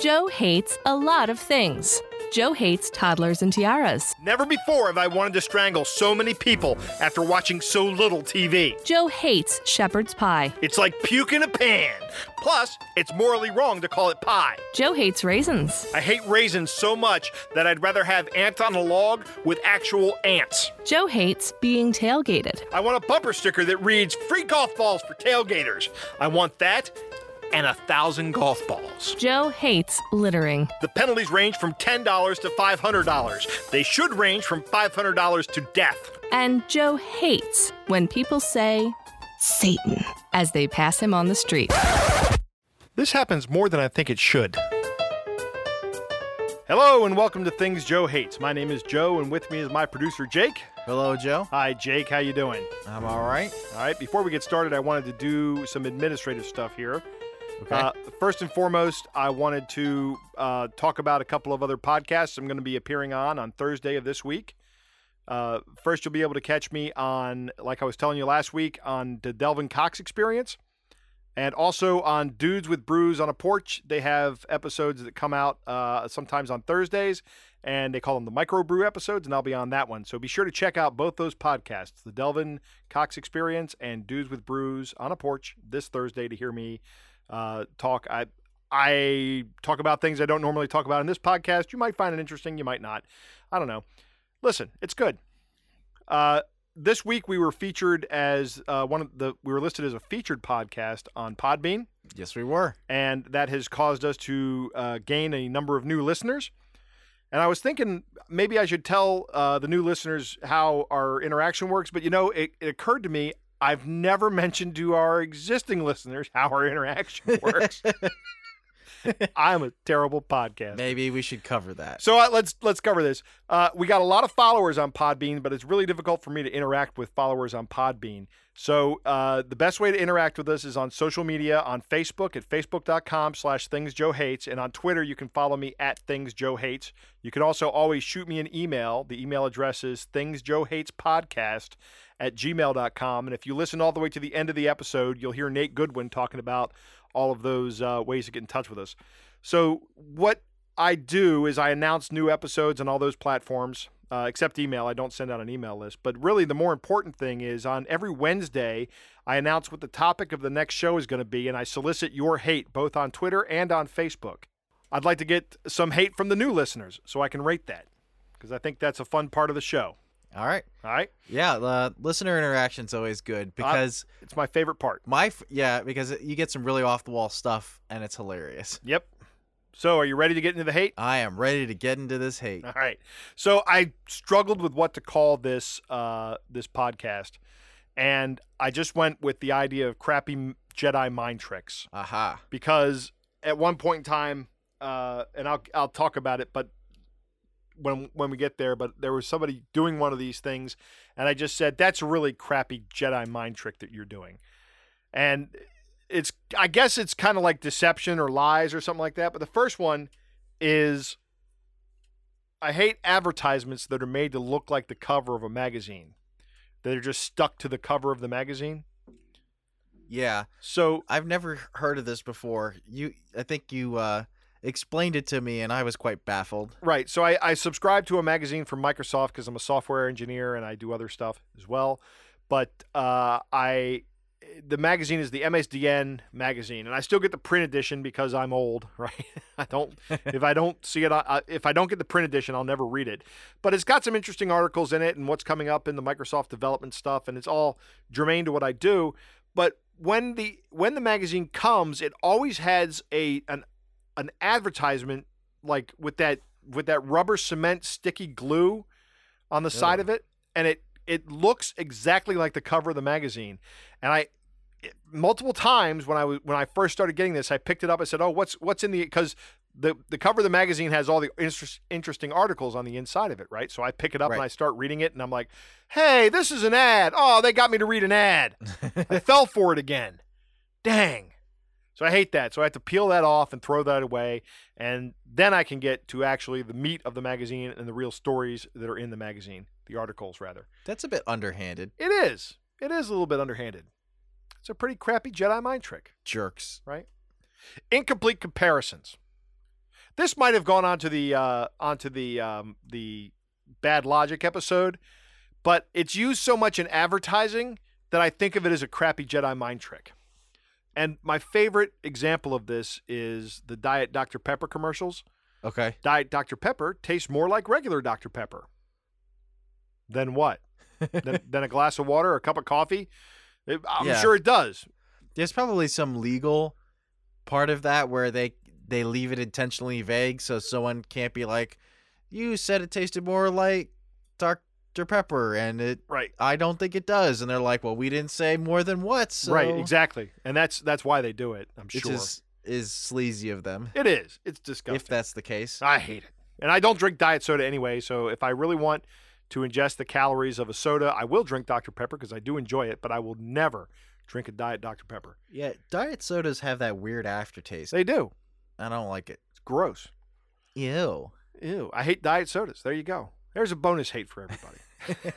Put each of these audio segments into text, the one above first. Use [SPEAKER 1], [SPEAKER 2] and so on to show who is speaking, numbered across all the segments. [SPEAKER 1] Joe hates a lot of things. Joe hates toddlers and tiaras.
[SPEAKER 2] Never before have I wanted to strangle so many people after watching so little TV.
[SPEAKER 1] Joe hates shepherd's pie.
[SPEAKER 2] It's like puke in a pan. Plus, it's morally wrong to call it pie.
[SPEAKER 1] Joe hates raisins.
[SPEAKER 2] I hate raisins so much that I'd rather have ants on a log with actual ants.
[SPEAKER 1] Joe hates being tailgated.
[SPEAKER 2] I want a bumper sticker that reads free golf balls for tailgaters. I want that and a thousand golf balls.
[SPEAKER 1] Joe hates littering.
[SPEAKER 2] The penalties range from $10 to $500. They should range from $500 to death.
[SPEAKER 1] And Joe hates when people say, Satan, as they pass him on the street.
[SPEAKER 2] This happens more than I think it should. Hello and welcome to Things Joe Hates. My name is Joe and with me is my producer Jake.
[SPEAKER 3] Hello, Joe.
[SPEAKER 2] Hi Jake, how you doing?
[SPEAKER 3] I'm all right.
[SPEAKER 2] All right, before we get started, I wanted to do some administrative stuff here.
[SPEAKER 3] Okay.
[SPEAKER 2] Uh, first and foremost, I wanted to uh, talk about a couple of other podcasts I'm going to be appearing on on Thursday of this week. Uh, first, you'll be able to catch me on, like I was telling you last week, on the Delvin Cox Experience, and also on Dudes with Brews on a Porch. They have episodes that come out uh, sometimes on Thursdays, and they call them the microbrew episodes, and I'll be on that one. So be sure to check out both those podcasts, the Delvin Cox Experience and Dudes with Brews on a Porch, this Thursday to hear me uh, talk. I I talk about things I don't normally talk about in this podcast. You might find it interesting. You might not. I don't know. Listen, it's good. Uh, this week we were featured as uh, one of the we were listed as a featured podcast on Podbean,
[SPEAKER 3] Yes, we were.
[SPEAKER 2] and that has caused us to uh, gain a number of new listeners. And I was thinking maybe I should tell uh, the new listeners how our interaction works, but you know, it, it occurred to me I've never mentioned to our existing listeners how our interaction works. I'm a terrible podcast.
[SPEAKER 3] Maybe we should cover that.
[SPEAKER 2] So uh, let's let's cover this. Uh, we got a lot of followers on Podbean, but it's really difficult for me to interact with followers on Podbean. So uh, the best way to interact with us is on social media on Facebook at facebook.com slash things Joe hates, and on Twitter you can follow me at things Joe hates. You can also always shoot me an email. The email address is things Joe hates podcast at gmail.com. And if you listen all the way to the end of the episode, you'll hear Nate Goodwin talking about all of those uh, ways to get in touch with us. So what I do is I announce new episodes on all those platforms, uh, except email. I don't send out an email list. But really, the more important thing is on every Wednesday, I announce what the topic of the next show is going to be, and I solicit your hate both on Twitter and on Facebook. I'd like to get some hate from the new listeners so I can rate that because I think that's a fun part of the show.
[SPEAKER 3] All right.
[SPEAKER 2] All right,
[SPEAKER 3] Yeah, uh, listener interaction's always good because
[SPEAKER 2] it's my favorite part.
[SPEAKER 3] my f- yeah because you get some really off the wall stuff and it's hilarious.
[SPEAKER 2] Yep. So, are you ready to get into the hate?
[SPEAKER 3] I am ready to get into this hate.
[SPEAKER 2] All right. So I struggled with what to call this uh, this podcast, and I just went with the idea of crappy m- Jedi mind tricks
[SPEAKER 3] Aha.
[SPEAKER 2] because at one point in time, uh, and I'll I'll talk about it, but when when we get there, but there was somebody doing one of these things, and I just said that's a really crappy Jedi mind trick that you're doing, and it's I guess it's kind of like deception or lies or something like that. But the first one is I hate advertisements that are made to look like the cover of a magazine. That are just stuck to the cover of the magazine.
[SPEAKER 3] Yeah,
[SPEAKER 2] So
[SPEAKER 3] I've never heard of this before. You, I think you uh, explained it to me, and I was quite baffled.
[SPEAKER 2] Right. So I, I subscribe to a magazine from Microsoft because I'm a software engineer and I do other stuff as well. But uh, I, the magazine is the MSDN magazine, and I still get the print edition because I'm old, right? I don't. if I don't see it, I, I- if I don't get the print edition, I'll never read it. But it's got some interesting articles in it and what's coming up in the Microsoft development stuff, and it's all germane to what I do. But when the when the magazine comes, it always has a an an advertisement like with that with that rubber cement sticky glue on the side
[SPEAKER 3] Ugh.
[SPEAKER 2] of it and it it looks exactly like the cover of the magazine and i it, multiple times when i was when i first started getting this i picked it up i said oh what's what's in the because the the cover of the magazine has all the interest, interesting articles on the inside of it right so i pick it up and
[SPEAKER 3] Right.
[SPEAKER 2] i start reading it and i'm like hey this is an ad oh they got me to read an ad I fell for it again. Dang. So I hate that. So I have to peel that off and throw that away. And then I can get to actually the meat of the magazine and the real stories that are in the magazine, the articles, rather.
[SPEAKER 3] That's a bit underhanded.
[SPEAKER 2] It is. It is a little bit underhanded. It's a pretty crappy Jedi mind trick.
[SPEAKER 3] Jerks.
[SPEAKER 2] Incomplete comparisons. This might have gone onto the uh, onto the um, the bad logic episode, but it's used so much in advertising that I think of it as a crappy Jedi mind trick. And my favorite example of this is the Diet Dr Pepper commercials.
[SPEAKER 3] Okay.
[SPEAKER 2] Diet Dr Pepper tastes more like regular Dr Pepper. Than what? than, than a glass of water or a cup of coffee? It- I'm
[SPEAKER 3] Yeah.
[SPEAKER 2] sure it does.
[SPEAKER 3] There's probably some legal part of that where they they leave it intentionally vague so someone can't be like, "You said it tasted more like Dr Pepper," and it
[SPEAKER 2] Right.
[SPEAKER 3] I don't think it does. And they're like, "Well, we didn't say more than what." So
[SPEAKER 2] Right, exactly. And that's that's why they do it, I'm
[SPEAKER 3] Which
[SPEAKER 2] sure.
[SPEAKER 3] is is sleazy of them,
[SPEAKER 2] It is. It's disgusting.
[SPEAKER 3] if that's the case.
[SPEAKER 2] I hate it. And I don't drink diet soda anyway, so if I really want to ingest the calories of a soda, I will drink Dr Pepper because I do enjoy it, but I will never drink a diet Dr Pepper.
[SPEAKER 3] Yeah, diet sodas have that weird aftertaste.
[SPEAKER 2] They do.
[SPEAKER 3] I don't like it.
[SPEAKER 2] It's gross.
[SPEAKER 3] Ew.
[SPEAKER 2] Ew, I hate diet sodas. There you go. There's a bonus hate for everybody.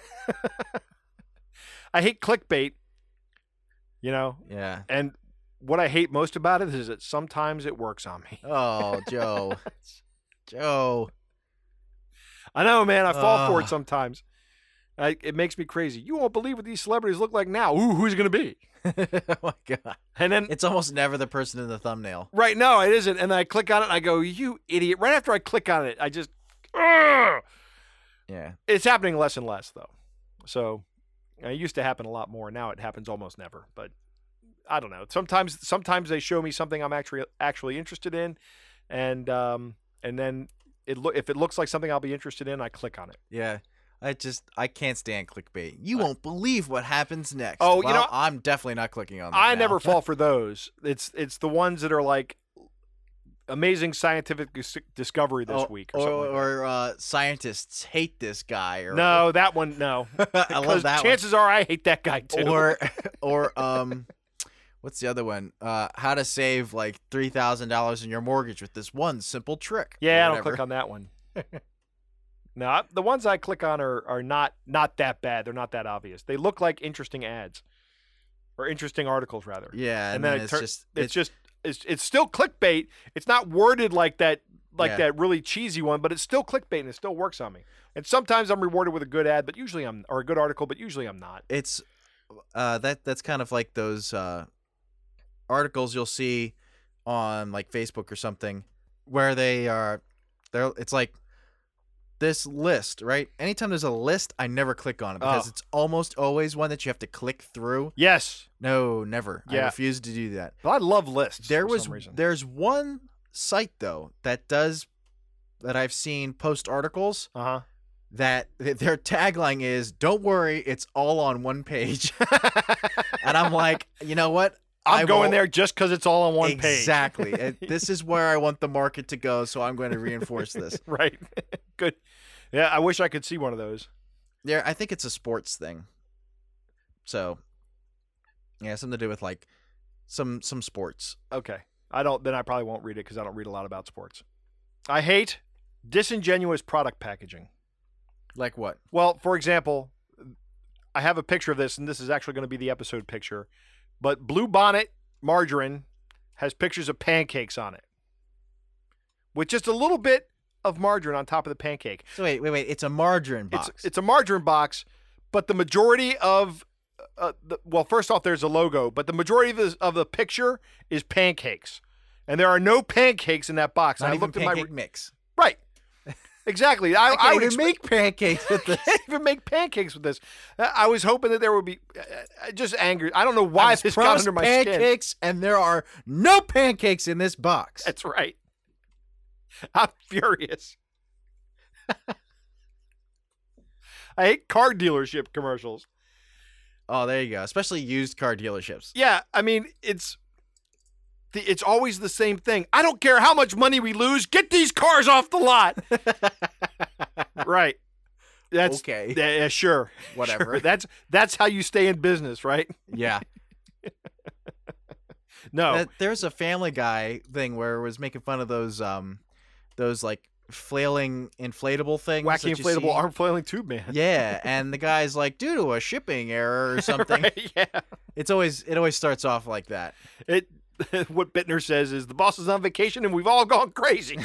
[SPEAKER 2] I hate clickbait, you know,
[SPEAKER 3] Yeah.
[SPEAKER 2] and what I hate most about it is that sometimes it works on me.
[SPEAKER 3] Oh, Joe. Joe.
[SPEAKER 2] I know, man. I fall for it
[SPEAKER 3] Ugh.
[SPEAKER 2] sometimes. I, it makes me crazy. You won't believe what these celebrities look like now. Ooh, who's it gonna be?
[SPEAKER 3] oh my god.
[SPEAKER 2] And then
[SPEAKER 3] It's almost never the person in the thumbnail.
[SPEAKER 2] right now it isn't. And I click on it. and I go, you idiot! Right after I click on it, I just. Ugh!
[SPEAKER 3] Yeah.
[SPEAKER 2] it's happening less and less though. So uh, it used to happen a lot more. Now it happens almost never. But I don't know. Sometimes sometimes they show me something I'm actually actually interested in, and um, and then it lo- if it looks like something I'll be interested in, I click on it.
[SPEAKER 3] Yeah. I just I can't stand clickbait. You won't believe what happens next.
[SPEAKER 2] Oh, you
[SPEAKER 3] Well,
[SPEAKER 2] know-
[SPEAKER 3] I'm definitely not clicking on that.
[SPEAKER 2] I
[SPEAKER 3] now.
[SPEAKER 2] never fall for those. It's it's the ones that are like amazing scientific dis- discovery this
[SPEAKER 3] Oh,
[SPEAKER 2] week or,
[SPEAKER 3] or
[SPEAKER 2] something. like that.
[SPEAKER 3] or uh, scientists hate this guy or
[SPEAKER 2] no, that one no.
[SPEAKER 3] I love
[SPEAKER 2] 'Cause
[SPEAKER 3] that one.
[SPEAKER 2] Chances are I hate that guy too.
[SPEAKER 3] or or um what's the other one uh how to save like three thousand dollars in your mortgage with this one simple trick or
[SPEAKER 2] Yeah, I don't
[SPEAKER 3] whatever.
[SPEAKER 2] click on that one. no, I, the ones I click on are are not not that bad. They're not that obvious. They look like interesting ads or interesting articles rather.
[SPEAKER 3] yeah
[SPEAKER 2] And
[SPEAKER 3] and, then,
[SPEAKER 2] then it
[SPEAKER 3] it's
[SPEAKER 2] tur-
[SPEAKER 3] just
[SPEAKER 2] It's, just it's it's still clickbait. It's not worded like that like
[SPEAKER 3] Yeah.
[SPEAKER 2] that really cheesy one, but it's still clickbait and it still works on me. And sometimes I'm rewarded with a good ad, but usually I'm or a good article, but usually I'm not.
[SPEAKER 3] it's uh that that's kind of like those uh articles you'll see on like Facebook or something where they are they're it's like this list, right? Anytime there's a list, I never click on it because
[SPEAKER 2] Oh.
[SPEAKER 3] it's almost always one that you have to click through.
[SPEAKER 2] Yes,
[SPEAKER 3] No, never. I
[SPEAKER 2] Yeah.
[SPEAKER 3] refuse to do that.
[SPEAKER 2] but I love lists.
[SPEAKER 3] There
[SPEAKER 2] for
[SPEAKER 3] was
[SPEAKER 2] some reason.
[SPEAKER 3] there's one site though that does that I've seen post articles
[SPEAKER 2] uh
[SPEAKER 3] that th- their tagline is "Don't worry, it's all on one page,"
[SPEAKER 2] huh.
[SPEAKER 3] and I'm like, you know what?
[SPEAKER 2] I'm
[SPEAKER 3] I
[SPEAKER 2] going
[SPEAKER 3] won't-
[SPEAKER 2] there just because it's all on one page.
[SPEAKER 3] exactly. Uh, this is where I want the market to go, so I'm going to reinforce this.
[SPEAKER 2] right. Good. Yeah, I wish I could see one of those.
[SPEAKER 3] There, I think it's a sports thing. So, yeah, something to do with like some some sports.
[SPEAKER 2] Okay. I don't then I probably won't read it cuz I don't read a lot about sports. I hate disingenuous product packaging.
[SPEAKER 3] Like what?
[SPEAKER 2] Well, for example, I have a picture of this and this is actually going to be the episode picture. But Blue Bonnet margarine has pictures of pancakes on it. With just a little bit of margarine on top of the pancake.
[SPEAKER 3] So wait, wait, wait. It's a margarine box.
[SPEAKER 2] It's it's a margarine box, but the majority of uh, the, well, first off, there's a logo, but the majority of the, of the picture is pancakes, and there are no pancakes in that box.
[SPEAKER 3] not
[SPEAKER 2] And I
[SPEAKER 3] even
[SPEAKER 2] looked at my
[SPEAKER 3] pancake mix.
[SPEAKER 2] right, exactly. I,
[SPEAKER 3] I,
[SPEAKER 2] I,
[SPEAKER 3] can't
[SPEAKER 2] would expect-
[SPEAKER 3] even make pancakes with this.
[SPEAKER 2] can't even make pancakes with this. I I was hoping that there would be uh, uh, just angry. I don't know why
[SPEAKER 3] I was
[SPEAKER 2] this got
[SPEAKER 3] promised
[SPEAKER 2] under my skin.
[SPEAKER 3] pancakes, and there are no pancakes in this box.
[SPEAKER 2] That's right. I'm furious. I hate car dealership commercials.
[SPEAKER 3] Oh, there you go. Especially used car dealerships.
[SPEAKER 2] Yeah, I mean, it's the, it's always the same thing. I don't care how much money we lose, get these cars off the lot. right. That's
[SPEAKER 3] okay.
[SPEAKER 2] yeah, yeah, sure.
[SPEAKER 3] Whatever.
[SPEAKER 2] Sure. That's that's how you stay in business, right?
[SPEAKER 3] yeah.
[SPEAKER 2] No.
[SPEAKER 3] That- there's a Family Guy thing where it was making fun of those, um, those like flailing inflatable things.
[SPEAKER 2] Wacky
[SPEAKER 3] that you see.
[SPEAKER 2] inflatable arm flailing tube man.
[SPEAKER 3] Yeah, and the guy's like, due to a shipping error or something.
[SPEAKER 2] Right, yeah.
[SPEAKER 3] It's always it always starts off like that.
[SPEAKER 2] It what Bittner says is the boss is on vacation and we've all gone crazy.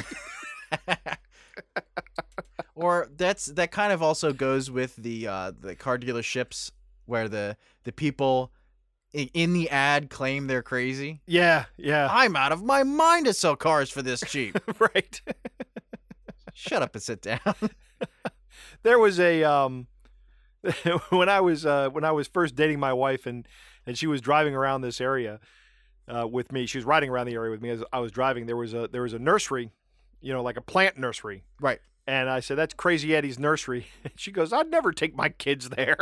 [SPEAKER 3] or that's that kind of also goes with the uh, the car dealerships where the the people i- in the ad claim they're crazy.
[SPEAKER 2] Yeah, yeah,
[SPEAKER 3] I'm out of my mind to sell cars for this cheap.
[SPEAKER 2] right.
[SPEAKER 3] Shut up and sit down.
[SPEAKER 2] there was a um when I was uh when I was first dating my wife and and she was driving around this area uh with me. She was riding around the area with me as I was driving. There was a there was a nursery, you know, like a plant nursery.
[SPEAKER 3] Right.
[SPEAKER 2] And I said, "That's Crazy Eddie's nursery." And she goes, "I'd never take my kids there."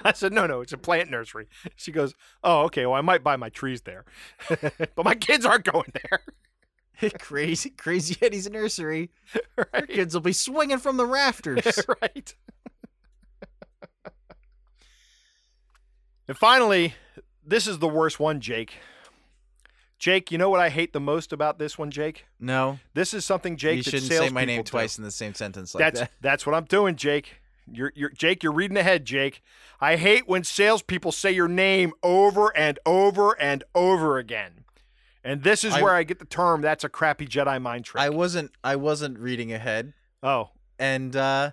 [SPEAKER 2] I said, "No, no, it's a plant nursery." She goes, "Oh, okay. Well, I might buy my trees there, but my kids aren't going there."
[SPEAKER 3] crazy, crazy Eddie's nursery. Your
[SPEAKER 2] Right?
[SPEAKER 3] kids will be swinging from the rafters.
[SPEAKER 2] right. and finally, this is the worst one, Jake. Jake, you know what I hate the most about this one, Jake?
[SPEAKER 3] no,
[SPEAKER 2] This is something Jake.
[SPEAKER 3] you
[SPEAKER 2] that
[SPEAKER 3] shouldn't say my name
[SPEAKER 2] salespeople do.
[SPEAKER 3] twice in the same sentence like
[SPEAKER 2] that's
[SPEAKER 3] that.
[SPEAKER 2] that's what I'm doing, Jake. You're, you're Jake. You're reading ahead, Jake. I hate when salespeople say your name over and over and over again. And this is
[SPEAKER 3] I-
[SPEAKER 2] where I get the term. That's a crappy Jedi mind trick.
[SPEAKER 3] I wasn't. I wasn't reading ahead,
[SPEAKER 2] oh,
[SPEAKER 3] and uh,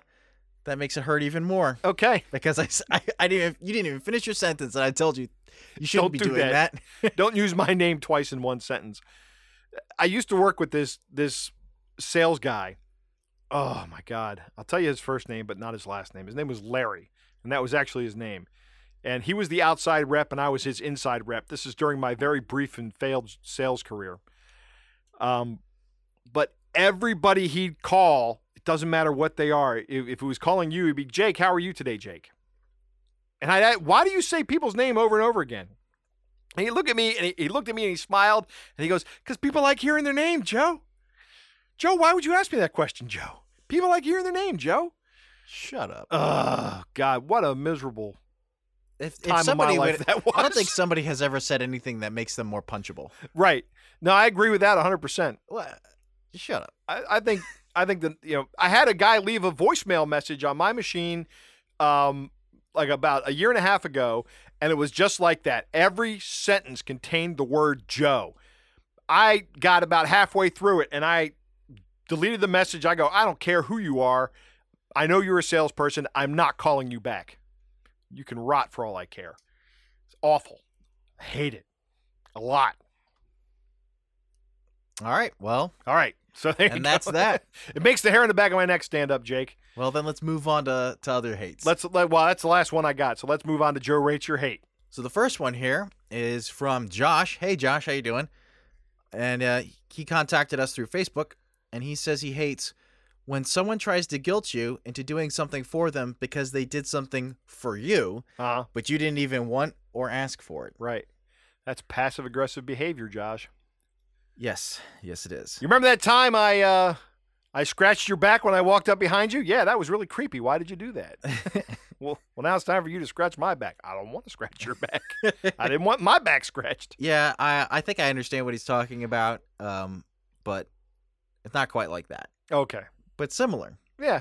[SPEAKER 3] that makes it hurt even more
[SPEAKER 2] okay.
[SPEAKER 3] because I, s- I, I didn't. Even, you didn't even finish your sentence, and I told you you
[SPEAKER 2] Don't
[SPEAKER 3] shouldn't be
[SPEAKER 2] do
[SPEAKER 3] doing
[SPEAKER 2] that.
[SPEAKER 3] that.
[SPEAKER 2] don't use my name twice in one sentence. I used to work with this this sales guy. Oh my god. I'll tell you his first name but not his last name. His name was Larry, and that was actually his name. And he was the outside rep and I was his inside rep. This is during my very brief and failed sales career. Um but everybody he'd call, it doesn't matter what they are. If, if it was calling you, it'd be Jake, how are you today, Jake? And I, I why do you say people's name over and over again? And he looked at me and he, he looked at me and he smiled and he goes, Because people like hearing their name, Joe. Joe, why would you ask me that question, Joe? People like hearing their name, Joe.
[SPEAKER 3] Shut up.
[SPEAKER 2] Oh, God, what a miserable
[SPEAKER 3] if, if
[SPEAKER 2] time of my
[SPEAKER 3] somebody
[SPEAKER 2] life
[SPEAKER 3] would,
[SPEAKER 2] that was.
[SPEAKER 3] I don't think somebody has ever said anything that makes them more punchable.
[SPEAKER 2] Right. No, I agree with that 100%.
[SPEAKER 3] What? Shut up.
[SPEAKER 2] I, I think I think that you know I had a guy leave a voicemail message on my machine, um, like about a year and a half ago, and it was just like that. Every sentence contained the word Joe. I got about halfway through it, and I deleted the message. I go, I don't care who you are. I know you're a salesperson. I'm not calling you back. You can rot for all I care. It's awful. I hate it a lot.
[SPEAKER 3] All right. Well,
[SPEAKER 2] All right. So there you
[SPEAKER 3] and that's
[SPEAKER 2] go.
[SPEAKER 3] that.
[SPEAKER 2] It makes the hair in the back of my neck stand up, Jake.
[SPEAKER 3] Well, then let's move on to, to other hates.
[SPEAKER 2] Let's let, well, that's the last one I got. So let's move on to Joe rates your hate.
[SPEAKER 3] So the first one here is from Josh. Hey Josh, how you doing? And uh, he contacted us through Facebook, and he says he hates when someone tries to guilt you into doing something for them because they did something for you,
[SPEAKER 2] Uh
[SPEAKER 3] but you didn't even want or ask for it.
[SPEAKER 2] right. That's passive aggressive behavior, Josh.
[SPEAKER 3] Yes, yes, it is.
[SPEAKER 2] You remember that time I uh I scratched your back when I walked up behind you? Yeah, that was really creepy. Why did you do that? well, well now it's time for you to scratch my back. I don't want to scratch your back. I didn't want my back scratched.
[SPEAKER 3] yeah, I I think I understand what he's talking about, um, but it's not quite like that,
[SPEAKER 2] Okay.
[SPEAKER 3] but similar.
[SPEAKER 2] Yeah.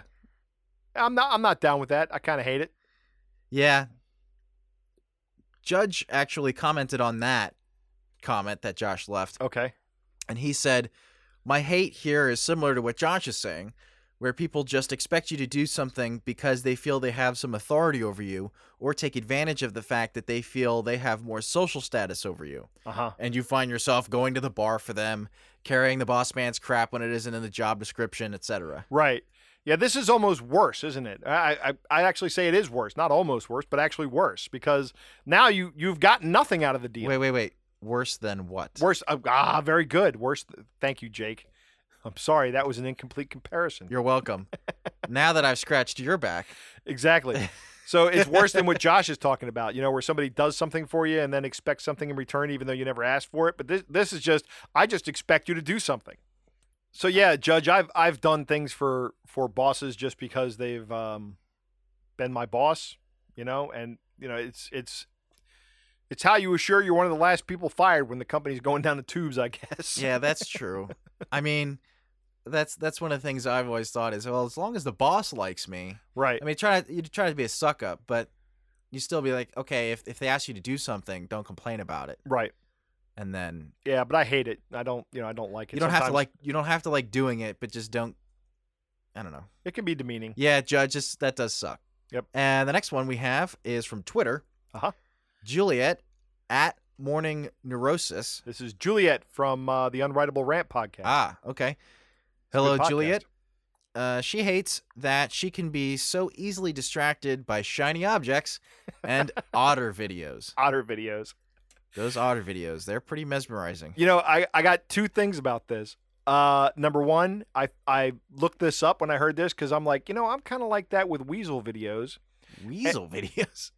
[SPEAKER 2] I'm not I'm not down with that. I kind of hate it.
[SPEAKER 3] Yeah. Judge actually commented on that comment that Josh left
[SPEAKER 2] Okay.
[SPEAKER 3] And he said, My hate here is similar to what Josh is saying, where people just expect you to do something because they feel they have some authority over you or take advantage of the fact that they feel they have more social status over you.
[SPEAKER 2] Uh-huh.
[SPEAKER 3] And you find yourself going to the bar for them, carrying the boss man's crap when it isn't in the job description, etc.
[SPEAKER 2] Right. Yeah, this is almost worse, isn't it? I, I I actually say it is worse, not almost worse, but actually worse because now you you've gotten nothing out of the deal.
[SPEAKER 3] Wait, wait, wait. Worse than what?
[SPEAKER 2] Worse. uh, ah, very good. Worse. th- Thank you, Jake. I'm sorry that was an incomplete comparison.
[SPEAKER 3] You're welcome. now that I've scratched your back,
[SPEAKER 2] exactly. So it's worse than what Josh is talking about. You know, where somebody does something for you and then expects something in return, even though you never asked for it. But this this is just I just expect you to do something. So yeah, Judge, I've I've done things for for bosses just because they've um, been my boss. You know, and you know it's it's. It's how you assure you're one of the last people fired when the company's going down the tubes, I guess.
[SPEAKER 3] Yeah, that's true. I mean, that's that's one of the things I've always thought is well, as long as the boss likes me.
[SPEAKER 2] Right.
[SPEAKER 3] I mean, try you try to be a suck up, but you still be like, okay, if if they ask you to do something, don't complain about it.
[SPEAKER 2] Right.
[SPEAKER 3] and then
[SPEAKER 2] Yeah, but I hate it. I don't, you know, I don't like it.
[SPEAKER 3] you don't have to
[SPEAKER 2] Sometimes
[SPEAKER 3] like you don't have to like doing it, but just don't. I don't know.
[SPEAKER 2] It can be demeaning.
[SPEAKER 3] Yeah, judges, that does suck.
[SPEAKER 2] Yep.
[SPEAKER 3] And the next one we have is from Twitter.
[SPEAKER 2] Uh-huh.
[SPEAKER 3] Juliet at Morning Neurosis.
[SPEAKER 2] This is Juliet from uh, the Unwritable Rant podcast.
[SPEAKER 3] Ah, okay.
[SPEAKER 2] Good
[SPEAKER 3] Hello,
[SPEAKER 2] podcast.
[SPEAKER 3] Juliet. Uh, she hates that she can be so easily distracted by shiny objects and otter videos.
[SPEAKER 2] Otter videos.
[SPEAKER 3] Those otter videos, they're pretty mesmerizing.
[SPEAKER 2] You know, I, I got two things about this. Uh, number one, I I looked this up when I heard this because I'm like, you know, I'm kind of like that with weasel videos.
[SPEAKER 3] Weasel videos.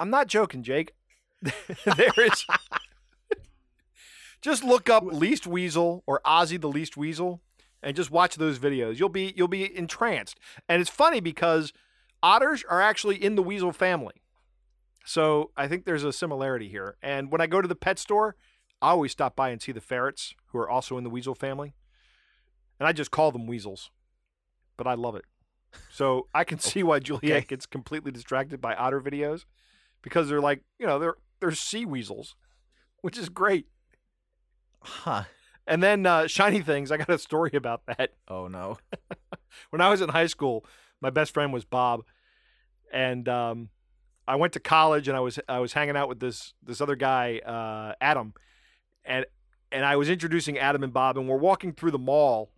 [SPEAKER 2] I'm not joking, Jake. there is. just look up least weasel or Ozzy the least weasel, and just watch those videos. You'll be you'll be entranced. And it's funny because otters are actually in the weasel family, so I think there's a similarity here. And when I go to the pet store, I always stop by and see the ferrets who are also in the weasel family, and I just call them weasels, but I love it. So I can see why Juliet
[SPEAKER 3] Okay.
[SPEAKER 2] gets completely distracted by otter videos because they're like you know they're they're sea weasels, which is great.
[SPEAKER 3] Huh.
[SPEAKER 2] And then uh, shiny things. I got a story about that.
[SPEAKER 3] Oh, no.
[SPEAKER 2] When I was in high school, my best friend was Bob, and um, I went to college, and I was I was hanging out with this this other guy, uh, Adam, and and I was introducing Adam and Bob, and we're walking through the mall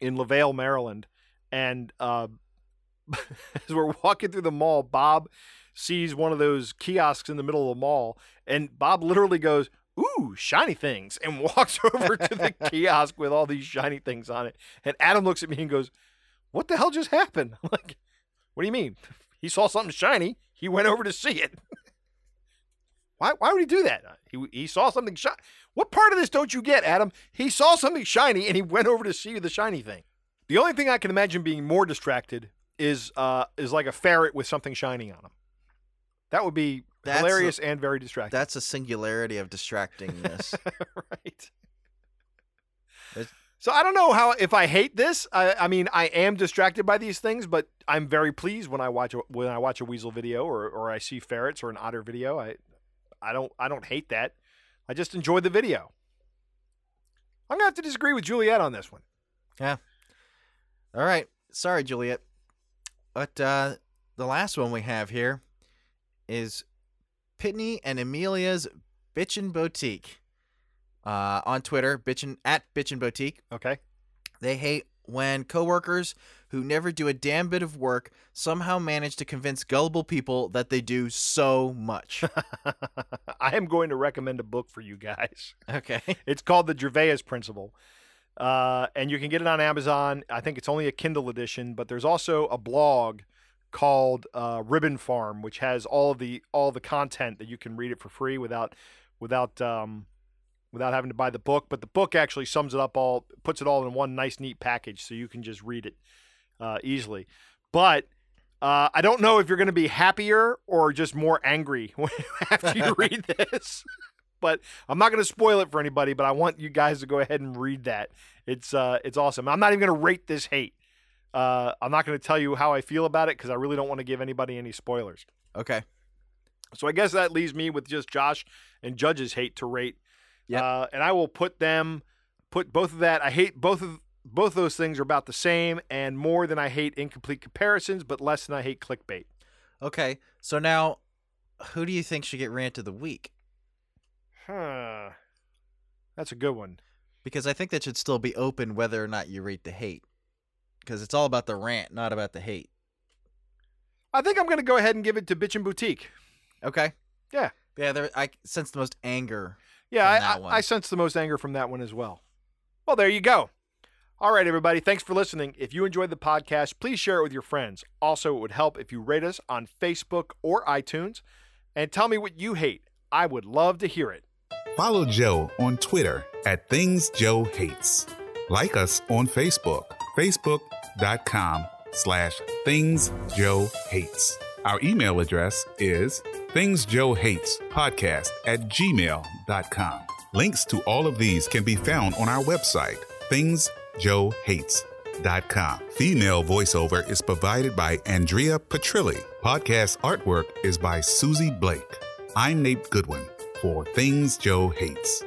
[SPEAKER 2] in Lavale, Maryland, and uh, as we're walking through the mall, Bob sees one of those kiosks in the middle of the mall, and Bob literally goes. Ooh, shiny things, and walks over to the kiosk with all these shiny things on it. And Adam looks at me and goes, What the hell just happened? I'm like, What do you mean? He saw something shiny. He went over to see it. why, why would he do that? Uh, He, he saw something shiny. What part of this don't you get, Adam? He saw something shiny and he went over to see the shiny thing. The only thing I can imagine being more distracted is uh, is like a ferret with something shiny on him. That would be
[SPEAKER 3] That's a-
[SPEAKER 2] hilarious and very distracting.
[SPEAKER 3] That's a singularity of distractingness.
[SPEAKER 2] right.
[SPEAKER 3] That's-
[SPEAKER 2] So I don't know how if I hate this. I, I mean, I am distracted by these things, but I'm very pleased when I watch a, when I watch a weasel video or or I see ferrets or an otter video. I I don't I don't hate that. I just enjoy the video. I'm gonna have to disagree with Juliet on this one.
[SPEAKER 3] All right. Sorry, Juliet. But uh, the last one we have here is Pitney and Amelia's Bitchin' Boutique. Uh, on Twitter, bitchin' at Bitchin' Boutique.
[SPEAKER 2] Okay.
[SPEAKER 3] They hate when coworkers who never do a damn bit of work somehow manage to convince gullible people that they do so much.
[SPEAKER 2] I am going to recommend a book for you guys.
[SPEAKER 3] okay.
[SPEAKER 2] It's called The Gervais Principle. Uh, and you can get it on Amazon. I think it's only a Kindle edition, but there's also a blog called uh, Ribbon Farm, which has all of the all the content that you can read it for free without without um, without having to buy the book. But the book actually sums it up all, puts it all in one nice neat package, so you can just read it uh, easily. But uh, I don't know if you're going to be happier or just more angry after you read this. But I'm not going to spoil it for anybody, but I want you guys to go ahead and read that. It's uh, it's awesome. I'm not even going to rate this hate. Uh, I'm not going to tell you how I feel about it because I really don't want to give anybody any spoilers.
[SPEAKER 3] Okay.
[SPEAKER 2] So I guess that leaves me with just Josh and Judge's hate to rate.
[SPEAKER 3] Yep.
[SPEAKER 2] Uh, and I will put them, put both of that. I hate both of both those things are about the same and more than I hate incomplete comparisons, but less than I hate clickbait.
[SPEAKER 3] Okay. So now, who do you think should get rant of the week?
[SPEAKER 2] Huh. That's a good one.
[SPEAKER 3] because I think that should still be open whether or not you rate the hate. Because it's all about the rant, not about the hate.
[SPEAKER 2] I think I'm going to go ahead and give it to Bitchin' Boutique.
[SPEAKER 3] Okay.
[SPEAKER 2] Yeah.
[SPEAKER 3] Yeah. There, I sense the most anger.
[SPEAKER 2] Yeah,
[SPEAKER 3] From
[SPEAKER 2] I,
[SPEAKER 3] that
[SPEAKER 2] I,
[SPEAKER 3] one.
[SPEAKER 2] I sense the most anger from that one as well. Well, there you go. All right, everybody. Thanks for listening. If you enjoyed the podcast, please share it with your friends. Also, it would help if you rate us on Facebook or iTunes and tell me what you hate. I would love to hear it.
[SPEAKER 4] Follow Joe on Twitter at Things Joe Hates. Like us on Facebook, facebook.com slash Things Joe Hates. Our email address is Things Joe Hates podcast at gmail.com. Links to all of these can be found on our website, thingsjoehates.com. Female voiceover is provided by Andrea Petrilli. Podcast artwork is by Susie Blake. I'm Nate Goodwin. for Things Joe Hates.